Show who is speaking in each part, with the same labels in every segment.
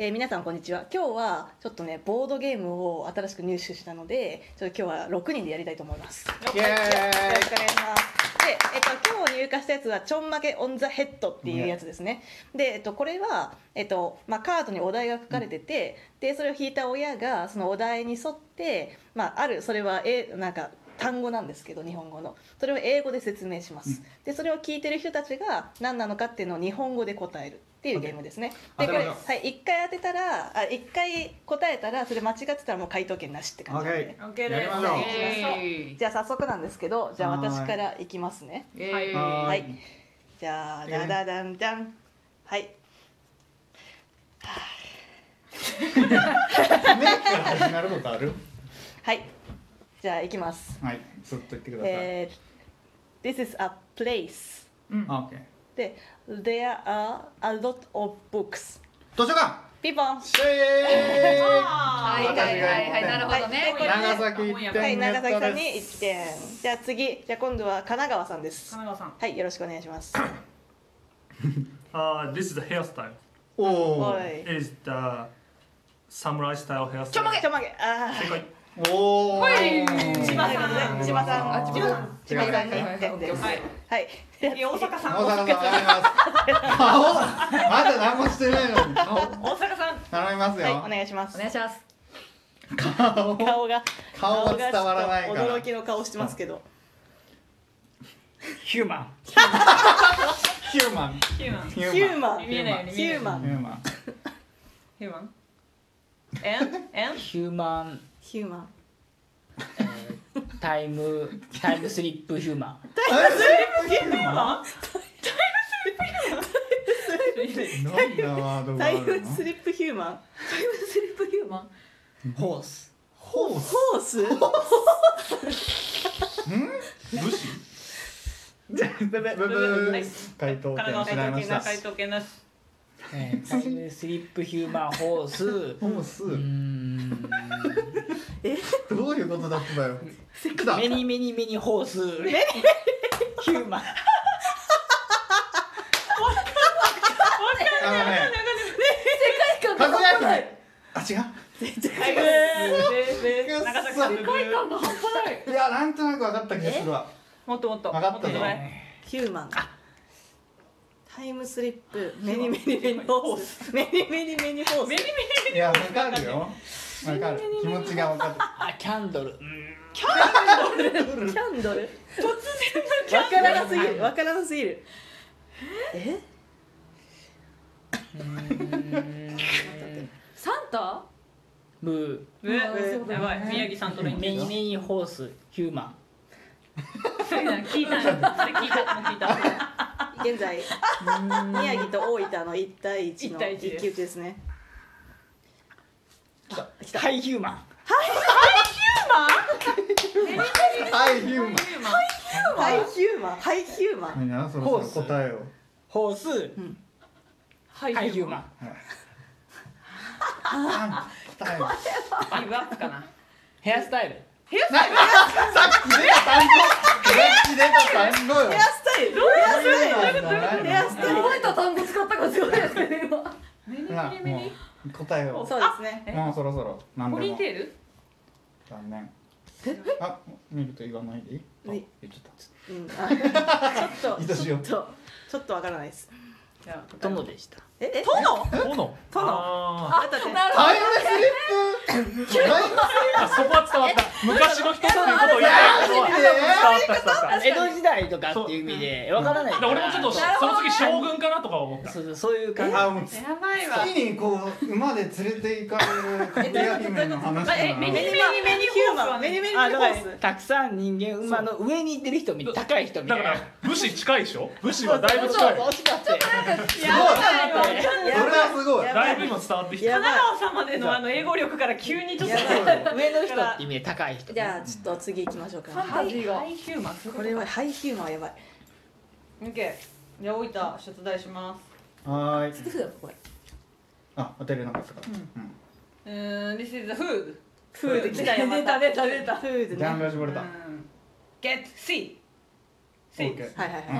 Speaker 1: えー皆さんこんにちは今日はちょっとねボードゲームを新しく入手したのでちょっと今日は6人でやりたいと思います
Speaker 2: イエ
Speaker 1: よろしく
Speaker 2: ー
Speaker 1: お願いします。で、えっと、今日入荷したやつはちょんまげオンザヘッドっていうやつですね。で、えっと、これは、えっと、まあ、カードにお題が書かれてて、で、それを引いた親がそのお題に沿って。まあ、ある、それは、え、なんか。単語なんですけど日本語のそれを英語で説明します、でそれを聞いてる人たちが何なのかっていうのを日本語で答えるっていうゲームですね、
Speaker 2: OK
Speaker 1: でこれ、
Speaker 2: 当てましょ
Speaker 1: はい、1回当てたらあ1回答えたらそれ間違ってたらもう回答権なしって
Speaker 2: イ
Speaker 1: 感じなんで、
Speaker 2: オッケ
Speaker 3: OK
Speaker 2: ー
Speaker 3: で
Speaker 2: やり
Speaker 3: す
Speaker 2: ましょう
Speaker 1: じゃあ早速なんですけどじゃあ私からいきますね
Speaker 3: イエーイ
Speaker 1: は
Speaker 2: はいい
Speaker 1: じゃあ
Speaker 2: えー
Speaker 1: ダダダンダンはい
Speaker 2: ため息が始まることある
Speaker 1: はいじゃあいきます
Speaker 2: はいずっと言ってください、
Speaker 1: えー、This is a place
Speaker 3: うん
Speaker 2: あオッケー
Speaker 1: で There are a lot of books
Speaker 2: 図書館
Speaker 1: ピンポン
Speaker 2: シェーイ
Speaker 3: は
Speaker 4: はいい
Speaker 3: は
Speaker 4: はいい
Speaker 3: はいは
Speaker 4: はいい
Speaker 3: なる
Speaker 4: なる
Speaker 3: ほ
Speaker 1: ほ
Speaker 3: ど
Speaker 1: ど
Speaker 3: ね
Speaker 1: ね
Speaker 2: 長崎1
Speaker 1: は
Speaker 2: 点
Speaker 1: い
Speaker 2: ネ
Speaker 1: 長
Speaker 2: ッ
Speaker 1: 崎さ
Speaker 2: ト
Speaker 1: んに
Speaker 2: で
Speaker 1: 1
Speaker 2: す
Speaker 1: 点じゃあ次じゃあ今度は神奈川さんです
Speaker 3: 神奈川さん
Speaker 1: はいよろしくお願いし ます
Speaker 5: Uh, this is the hairstyle.
Speaker 2: お
Speaker 1: お
Speaker 2: お
Speaker 1: い
Speaker 5: Is the samurai style hairstyle.
Speaker 1: ちょんまげちょんまげあー
Speaker 2: おお
Speaker 3: はい
Speaker 1: 千葉さんね千葉さん
Speaker 3: あ千葉さん
Speaker 1: 千葉さんに
Speaker 2: 違う
Speaker 1: 1点です
Speaker 3: はい
Speaker 1: はい
Speaker 3: 次大阪さん
Speaker 2: 大阪さん頼みます顔まだ何もしてないのに顔
Speaker 3: 大阪さん
Speaker 2: 頼みますよ、
Speaker 1: はいお願いします
Speaker 4: お願いします。
Speaker 2: 顔
Speaker 1: 顔が
Speaker 2: 顔が伝わらない
Speaker 1: 顔がちょ
Speaker 2: から
Speaker 1: っと驚きの顔してますけど
Speaker 2: ヒューマンヒューマン
Speaker 3: ヒューマン
Speaker 2: ヒ
Speaker 1: ヒューマン
Speaker 3: 見えないように
Speaker 1: ヒューマ
Speaker 2: ヒ
Speaker 1: ン
Speaker 2: ューマン
Speaker 3: ヒューマンエンエン
Speaker 6: ヒューマン
Speaker 1: ヒューマン
Speaker 6: タイムタイムスリップヒューマン
Speaker 3: ヒューマン
Speaker 2: どんなワードがあ
Speaker 1: タイム
Speaker 2: るの
Speaker 1: スリップヒューマン
Speaker 4: スリップヒューマン。
Speaker 6: ホース
Speaker 2: ホース
Speaker 1: ホース
Speaker 2: 武士ブブブブー回答
Speaker 3: 神
Speaker 2: 権
Speaker 3: 奈
Speaker 2: 失い
Speaker 3: 川
Speaker 2: ま
Speaker 3: 県
Speaker 2: し
Speaker 3: な
Speaker 2: た
Speaker 3: 回答権なし
Speaker 6: えータイムスリップヒューマンホースう
Speaker 2: ホース
Speaker 6: ーん
Speaker 2: どういうことだったのよせっかだ
Speaker 6: メニメニメニホースヒューマン
Speaker 2: あのね
Speaker 4: 世界観
Speaker 2: か
Speaker 4: が
Speaker 2: ぐや姫あ違う
Speaker 3: はいブーブーブー長崎さんブーブ
Speaker 4: 世界
Speaker 3: ー
Speaker 4: 観が半端ない。
Speaker 2: いやなんとなく分かった気がするわ
Speaker 3: もっともっと
Speaker 2: 分かった
Speaker 3: も
Speaker 2: ぞ
Speaker 3: と前
Speaker 1: ヒューマンタイムスリップメニメニメニホースメニメニメニホース
Speaker 3: メニメ
Speaker 2: いや分かるよ分かる気持ちが分かる
Speaker 6: あキャンドルうーん
Speaker 1: キャンドル突然わからなすぎるわからなすぎるえ
Speaker 4: サンタ？
Speaker 6: ムー
Speaker 3: ニブーブーやばい宮城さんとのイン
Speaker 6: メニメニホースヒューマン
Speaker 3: そういうの聞いたそれ聞いたもう聞いた
Speaker 1: 現在宮城と大分の一対一の
Speaker 3: 一対一
Speaker 1: 一
Speaker 3: です
Speaker 1: 騎打ちですね
Speaker 6: ハイヒューマン
Speaker 2: はいヒューマン
Speaker 3: ヒューマン
Speaker 1: ハイヒューマンハイヒューマン
Speaker 2: みんなそろそろ答えを
Speaker 6: ホース
Speaker 3: ハ
Speaker 6: ハイヒューマン
Speaker 2: あ答えを
Speaker 3: ンギブアップかな
Speaker 6: ヘアスタイル
Speaker 2: さっき出た単語さっき出た単語よ
Speaker 1: ヘアスタイル
Speaker 2: そういうのじゃないの
Speaker 1: ヘアスタイル
Speaker 4: 覚えた単語使ったからすごいですけど今。
Speaker 2: なもう答えを
Speaker 1: そうですね
Speaker 3: え
Speaker 2: もうそろそろ何
Speaker 3: ポ
Speaker 2: で
Speaker 3: ニー
Speaker 2: も
Speaker 3: テール
Speaker 2: 残念あ見ると言わないでいいあ
Speaker 1: はい
Speaker 2: 言っちゃ
Speaker 1: う
Speaker 2: っ
Speaker 1: んあちょっ
Speaker 2: い
Speaker 1: と
Speaker 2: たし
Speaker 1: ち
Speaker 2: よ
Speaker 1: ょ
Speaker 2: う
Speaker 1: っとちょっとわからないです。
Speaker 3: じゃあ
Speaker 6: 友でした
Speaker 1: ええ殿？
Speaker 5: Ono.
Speaker 1: 殿？
Speaker 5: あ
Speaker 1: あだって
Speaker 2: たタイムスリップタイム
Speaker 5: ーあそこは伝わった。昔の人っていうことを言ってるのは
Speaker 2: え
Speaker 5: 伝わった伝わっ
Speaker 6: 江戸時代とかっていう意味でわからない
Speaker 5: た。で俺もちょっとそ
Speaker 4: なるほど
Speaker 5: の次将軍かなとか思った。
Speaker 6: そうそうそういう感じ
Speaker 2: あもう月
Speaker 3: やばいわ
Speaker 2: にこう馬で連れて行かれるかぐや姫の話
Speaker 3: まあ
Speaker 2: だ
Speaker 3: え
Speaker 2: な
Speaker 3: メニメニ
Speaker 1: メ
Speaker 3: メニヒューマン
Speaker 1: メニメニ
Speaker 6: あ
Speaker 1: メニ
Speaker 6: だ
Speaker 1: ホ
Speaker 6: から
Speaker 1: ース。
Speaker 6: たくさん人間馬の上に行ってる人みたい高い人み
Speaker 5: だ
Speaker 6: た
Speaker 5: か
Speaker 6: いな
Speaker 5: ら武士近いでしょ。武士はだいぶ近い。
Speaker 6: 惜しかったよ
Speaker 3: やばいわ
Speaker 2: それはすごい
Speaker 1: やば
Speaker 5: だいぶ今伝わってきた。
Speaker 1: や
Speaker 3: 神
Speaker 1: ばい。
Speaker 3: 奈川さんまでのあの英語力から急にちょっと
Speaker 1: やばい
Speaker 6: 上の人って意味で高い人
Speaker 1: じゃあちょっと次行きましょうか。
Speaker 4: ハイ
Speaker 3: ハイヒューマン
Speaker 1: これはハイヒューマンはやばい。
Speaker 3: OK じゃあ大分出題します
Speaker 2: はーい
Speaker 4: そうだよこれ。
Speaker 2: あ当てれなかったからうん
Speaker 3: うーん This is the food
Speaker 1: フード来たよま
Speaker 3: 出た
Speaker 1: た。
Speaker 3: 出た出た
Speaker 1: フード
Speaker 2: ジ
Speaker 1: ね。
Speaker 2: ャンル
Speaker 1: は
Speaker 2: が絞れた
Speaker 3: う
Speaker 2: オ
Speaker 3: ん Get see
Speaker 2: ー
Speaker 3: see
Speaker 2: ケー
Speaker 1: いはいは
Speaker 4: あ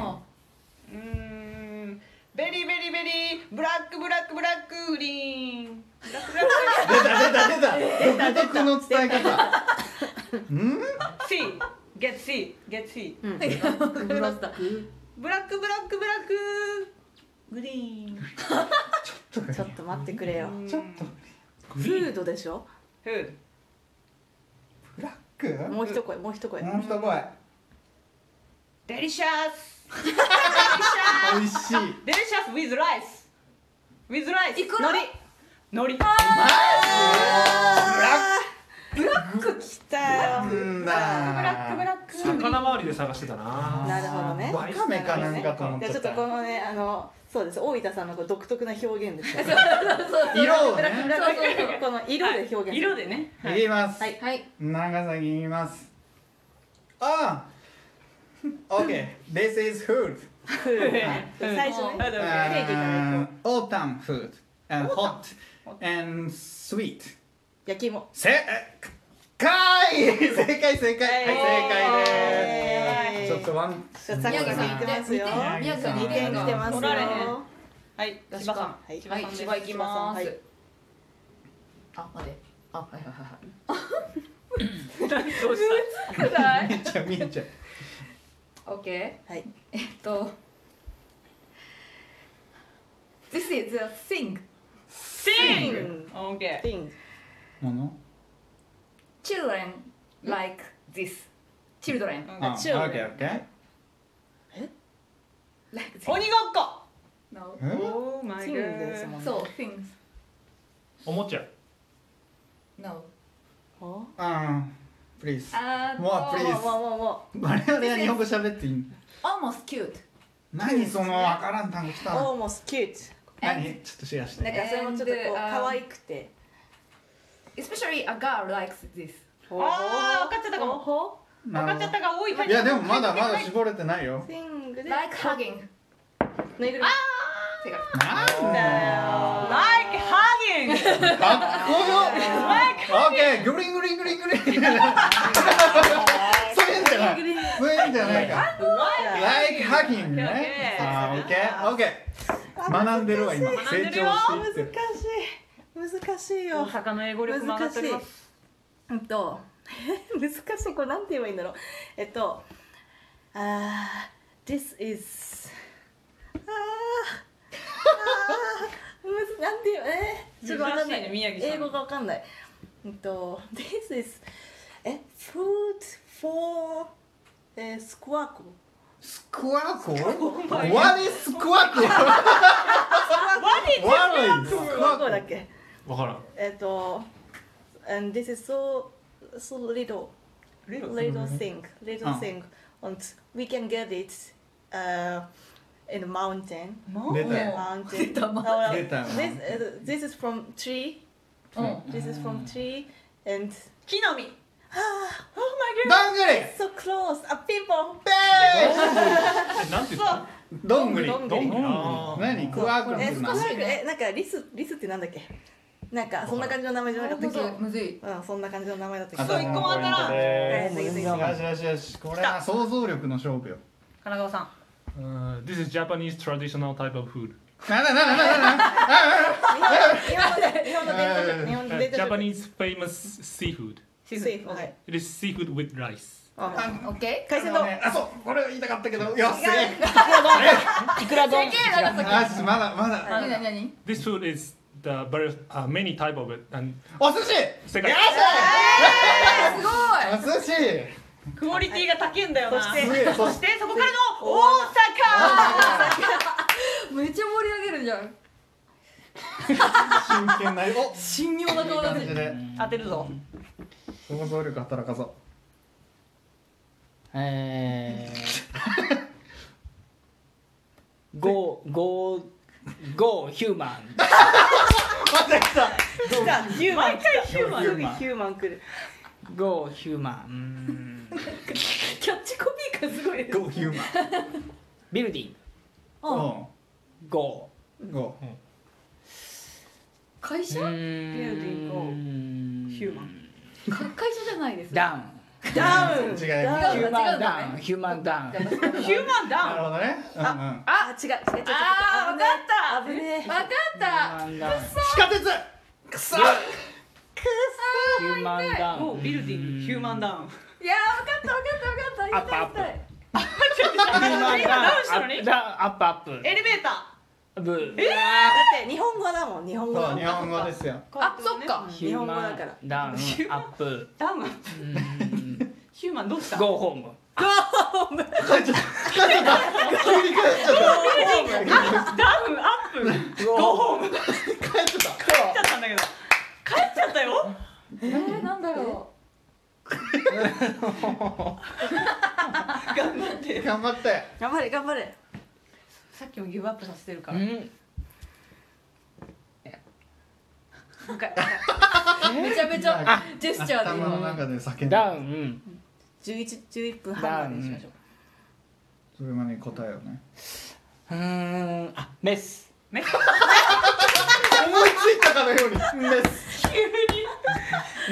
Speaker 3: うーんベリーベリーベリーブラックブラックブラックグリーン
Speaker 2: 独特の伝え方うん
Speaker 3: シー、ゲッツシー、ゲッツシー。
Speaker 1: うん
Speaker 4: わかりました。
Speaker 3: ブラックブラックブラック。グリーン。
Speaker 2: ちょっと
Speaker 1: ちょっと待ってくれよ
Speaker 2: ちょっと
Speaker 1: フードでしょ
Speaker 3: フー
Speaker 2: ブラック
Speaker 1: もう一声もう一声
Speaker 2: もう一声
Speaker 3: ド。デリシャス。
Speaker 2: 美味しい
Speaker 3: デリシャス with ライス。with ライス。
Speaker 4: いくら
Speaker 3: 海苔。海苔。
Speaker 1: 来たよ
Speaker 2: うん
Speaker 3: ブラッ
Speaker 2: だ
Speaker 3: クブラック。
Speaker 5: 魚周りで探してたな
Speaker 1: なるほどね
Speaker 2: わかめかなんかと思っ
Speaker 1: じゃ
Speaker 2: ち
Speaker 1: あち
Speaker 2: ゃ
Speaker 1: ょ
Speaker 2: っ
Speaker 1: っとこ
Speaker 2: た
Speaker 1: のねあのそうです大分さんのこう独特な表現ですよ
Speaker 2: 色を
Speaker 1: ブラ
Speaker 2: ね
Speaker 1: ックブラックこの色で表現
Speaker 3: 色でね。
Speaker 2: 入れます
Speaker 1: はい
Speaker 4: はい。
Speaker 2: 長崎にいますあ あ OK This is food
Speaker 1: フードはい最初ね
Speaker 3: うん
Speaker 2: and autumn food and hot and sweet
Speaker 1: 焼き芋
Speaker 2: せかい正解正解はい正解
Speaker 1: えー
Speaker 2: ですちょっとワン
Speaker 1: ちょっとさっき
Speaker 4: 宮
Speaker 1: から
Speaker 4: 城
Speaker 1: 見
Speaker 4: さん
Speaker 1: てますよ
Speaker 4: 宮城さん
Speaker 1: 二点来てますよ
Speaker 3: 取られへんはい、
Speaker 4: よし
Speaker 3: 千葉さん。
Speaker 1: はい
Speaker 3: 千葉さん、
Speaker 4: はい
Speaker 3: です
Speaker 4: 千葉行きま
Speaker 1: は
Speaker 4: す
Speaker 1: い。
Speaker 4: あ、待って。あ、はいはいはい
Speaker 3: どうし
Speaker 4: はい。くらい。
Speaker 2: めっちゃ見えちゃう
Speaker 4: オッケ
Speaker 1: はい
Speaker 4: ー。えっと。This is a thing.
Speaker 3: た。シン。オッケ
Speaker 1: ピン
Speaker 2: もの
Speaker 4: Children like this. Children
Speaker 3: ー。
Speaker 2: あ
Speaker 1: あ中央
Speaker 2: OK OK
Speaker 4: like this.
Speaker 3: 鬼ごっこ。
Speaker 4: No.
Speaker 2: うん
Speaker 3: おお、マ
Speaker 1: ピンですもんね
Speaker 4: そう、things.
Speaker 5: おもちゃ
Speaker 4: No.
Speaker 1: お
Speaker 2: あー please
Speaker 4: あー
Speaker 2: もう please
Speaker 1: もうもうも
Speaker 2: 我々は日本語喋っていいの
Speaker 4: Almost cute.
Speaker 2: 何そのわからん単語来た
Speaker 1: う
Speaker 2: の
Speaker 1: おーもうキュート
Speaker 2: 何ちょっとシェアして
Speaker 4: なん
Speaker 1: なんかそれもちょっとこう
Speaker 4: And, uh,
Speaker 1: 可愛くて
Speaker 4: Especially a girl likes this.
Speaker 3: あー分かっちゃったかも
Speaker 1: も
Speaker 2: なるほ
Speaker 3: 分かっちゃったが多いか
Speaker 2: どいやでもまだまだ絞れてないよ
Speaker 1: シングで
Speaker 4: Like hugging.
Speaker 1: ぬいぐるみ
Speaker 4: 違う。
Speaker 2: なんだよ
Speaker 3: Like hugging!
Speaker 2: かっこよ。オッケー、グリングリングリングリン。そういうんじゃない。そういうんじゃないか。like hugging ね。
Speaker 3: Okay
Speaker 2: あー、オッケー、オッケ
Speaker 1: あ
Speaker 2: ー。学んでるわ今。成
Speaker 3: 難しい
Speaker 2: 長していってる。
Speaker 1: 難しい難しい
Speaker 3: 大
Speaker 1: よ
Speaker 3: 阪の英語力も上がっております
Speaker 1: うんと 難しいこれなんて言えばいいんだろうえっとあー This is あーあーむずなんて言うえー、ちょっとわかんない
Speaker 3: 難しいね宮城さん
Speaker 1: 英語がわかんないうんと This is え food for えー、スクワコ
Speaker 2: スクワコ？What is スクワコ
Speaker 1: スク
Speaker 2: ？What is スク
Speaker 1: ワ
Speaker 2: ワ
Speaker 1: コ
Speaker 2: コ
Speaker 1: だっけ
Speaker 5: わからん
Speaker 1: えっと and this is so so little little thing, little
Speaker 2: Ah.
Speaker 1: thing, and we can get it uh, in the mountain.
Speaker 2: 出たよ。
Speaker 1: Mountain.
Speaker 4: Mountain.
Speaker 1: Uh,
Speaker 2: Data
Speaker 1: this uh, this is from tree.
Speaker 4: うん。
Speaker 1: This is from tree, and
Speaker 3: 木の実 Oh my
Speaker 2: どんぐり。
Speaker 1: so close. A pimple.
Speaker 5: えなんて言った
Speaker 2: どんぐり。
Speaker 1: どんぐり
Speaker 5: どんぐりあー
Speaker 2: 何？クワコって
Speaker 1: え、
Speaker 2: 何
Speaker 1: 少しえ、なんかリスリスってなんだっけ？なんかそんな感じの名前じゃなかったっけ？
Speaker 4: むずい。
Speaker 1: うん、そんな感じの名前だったっけ
Speaker 2: あ
Speaker 1: ど。
Speaker 3: そう一個も当たらん
Speaker 1: えー次次次
Speaker 2: よしよしよし。これは想像力の勝負よ。
Speaker 3: 神奈川さん
Speaker 5: うん This is Japanese traditional type of food
Speaker 2: なななななな。
Speaker 1: 日本の日本の伝統食日本の伝統食。
Speaker 5: Japanese famous seafood
Speaker 1: シーフはい。
Speaker 5: It is seafood with rice
Speaker 1: あ
Speaker 4: オッケ
Speaker 1: 海鮮
Speaker 2: あの
Speaker 1: 丼。
Speaker 2: ねあそうこれを言いたかったけどよし
Speaker 6: いくら
Speaker 4: ー。
Speaker 6: 丼
Speaker 4: でけえ長崎。
Speaker 2: あしまだまだ
Speaker 4: なになになに
Speaker 5: This food is the various uh, many type of it and
Speaker 2: お寿司
Speaker 5: 正解
Speaker 2: よ
Speaker 4: すご
Speaker 2: し
Speaker 4: い
Speaker 2: お寿司すげ
Speaker 3: クオリティが高いんだよな
Speaker 1: そ
Speaker 3: そ
Speaker 1: して
Speaker 2: えそし
Speaker 3: してそこからの大阪
Speaker 4: めっちゃ盛り上げるじゃん
Speaker 2: 真剣なお
Speaker 4: 神妙な顔だ
Speaker 2: 感
Speaker 4: ね
Speaker 2: じで
Speaker 3: 当てるぞ
Speaker 2: 想像力働かそ
Speaker 6: えーゴーゴーゴーヒューマン
Speaker 2: うまた来た
Speaker 1: 来た。ヒューマン来た。
Speaker 2: ヒューマン
Speaker 1: すぐヒューマン来る。
Speaker 6: ゴーヒューマンうーん
Speaker 4: キャッチコピーがすごい
Speaker 2: ゴーヒューマン
Speaker 6: ビルディン
Speaker 4: うん
Speaker 6: グゴ
Speaker 2: うんゴ
Speaker 4: 会社
Speaker 6: ーう
Speaker 4: か
Speaker 6: ーん
Speaker 3: ビルディングゴヒューマ
Speaker 6: ン
Speaker 4: 会社じゃないです
Speaker 6: ダウン
Speaker 1: ダウン。
Speaker 2: 違う
Speaker 1: ダウ
Speaker 6: ヒ
Speaker 1: ン
Speaker 6: ューマン
Speaker 4: 違
Speaker 6: ダ
Speaker 4: うんだ
Speaker 6: ウンヒューマンダウン
Speaker 3: ヒューマン
Speaker 2: ーなる
Speaker 3: ダ
Speaker 2: ほどねうんうん
Speaker 1: あ、違う違う違う違う。
Speaker 4: あーわかった
Speaker 1: 危ねえ。
Speaker 4: わかった
Speaker 6: ヒューマンダウン
Speaker 2: 地下鉄くそ
Speaker 1: く
Speaker 6: ヒューマンダウン
Speaker 3: おビルディングヒューマンダウ ン
Speaker 4: いやー、わかった、わかった、わかった、言いたい、言いたい。
Speaker 6: ヒューマンダウン
Speaker 3: ダウンしたのに
Speaker 6: アップダウンアップアッ
Speaker 3: エレベータ
Speaker 6: プブー
Speaker 1: だって日本語だもん日本語だも
Speaker 2: そうん日本語です よ
Speaker 3: ー
Speaker 4: あそっか
Speaker 1: うん
Speaker 6: ヒ
Speaker 1: 日
Speaker 6: ュー
Speaker 1: 本語
Speaker 6: マ
Speaker 1: だ
Speaker 6: ン
Speaker 1: から
Speaker 6: ダウンア
Speaker 3: ヒューマン
Speaker 6: ップ
Speaker 3: ダウン
Speaker 6: うん
Speaker 3: ヒューマンどうした
Speaker 6: ゴーホーム
Speaker 2: 急に帰っちゃった
Speaker 3: ダウンアップだ
Speaker 6: ゴーホー
Speaker 2: 帰っ
Speaker 6: ム
Speaker 2: ちゃった
Speaker 3: ったんだけど帰っちゃったよ
Speaker 4: えー、なんだろ
Speaker 3: 頑張って
Speaker 2: 頑張って
Speaker 1: 頑張れ頑張れ
Speaker 3: さっきもギブアップさせてるか
Speaker 6: う
Speaker 3: ら
Speaker 6: ん
Speaker 3: もう一回
Speaker 4: う。めちゃめちゃジェスチャーで
Speaker 2: 頭の
Speaker 4: 今。
Speaker 2: 中で叫んで
Speaker 6: ダウン
Speaker 1: 11 11分半までにしましょう
Speaker 2: それまでに答えをね
Speaker 6: うーんあメス
Speaker 3: めっ
Speaker 2: 思いついたかのようにです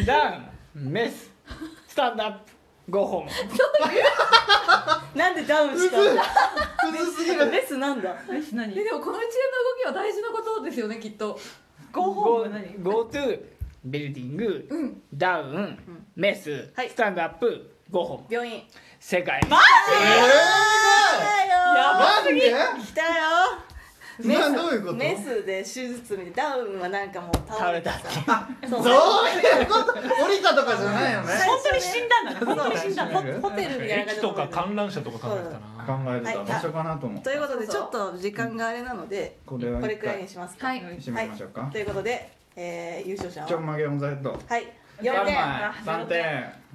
Speaker 6: ダウンメススタンドアップゴーホーム
Speaker 1: なんでダウンしたの
Speaker 2: むずすぎる
Speaker 1: メスなんだ
Speaker 3: 何
Speaker 4: え、でもこの一連の動きは大事なことですよね、きっと。
Speaker 3: ゴーホーム何
Speaker 6: ゴートゥビルディング
Speaker 4: うん。
Speaker 6: ダウンメス
Speaker 1: はい
Speaker 6: スタンドアップゴーホーム
Speaker 1: 病院
Speaker 6: 正
Speaker 2: え
Speaker 6: 解
Speaker 2: え
Speaker 1: 来たよ
Speaker 2: なんで
Speaker 1: 来たよメ
Speaker 2: な
Speaker 1: ス
Speaker 2: どういうこと
Speaker 1: メスで手術みたいダウンはなんかもう
Speaker 6: 倒
Speaker 1: 倒
Speaker 6: れ
Speaker 1: れ
Speaker 6: た
Speaker 1: た
Speaker 6: って
Speaker 1: そう
Speaker 2: どういうこと降りたとかじゃないよね
Speaker 3: 本当に死んだんだね本当に死んだん
Speaker 2: そ
Speaker 3: だ
Speaker 2: う
Speaker 3: ね
Speaker 1: ホテルみたいな感
Speaker 5: 駅
Speaker 1: じ
Speaker 5: とか観覧車とか考えてた
Speaker 2: 考
Speaker 5: な
Speaker 2: えてた場所かなと思う
Speaker 1: ということで
Speaker 4: そ
Speaker 1: ち
Speaker 4: うそ
Speaker 1: ょっ
Speaker 4: う
Speaker 1: と時間があれなので
Speaker 2: これは
Speaker 1: これ
Speaker 2: 一
Speaker 1: くらい
Speaker 2: 回
Speaker 1: にしますか
Speaker 4: はい。
Speaker 2: 締めましょうか
Speaker 1: ということで、えー優勝者
Speaker 2: ちょん
Speaker 1: は
Speaker 2: まげオンザヘッド
Speaker 1: はい
Speaker 2: 三
Speaker 1: 4点
Speaker 2: 枚三点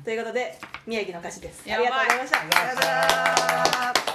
Speaker 1: ということで宮城の歌詞ですあ
Speaker 3: や
Speaker 1: り
Speaker 3: ばい
Speaker 1: がとうございました
Speaker 2: ありがとうござい
Speaker 1: あ
Speaker 2: ました
Speaker 1: りがとうございました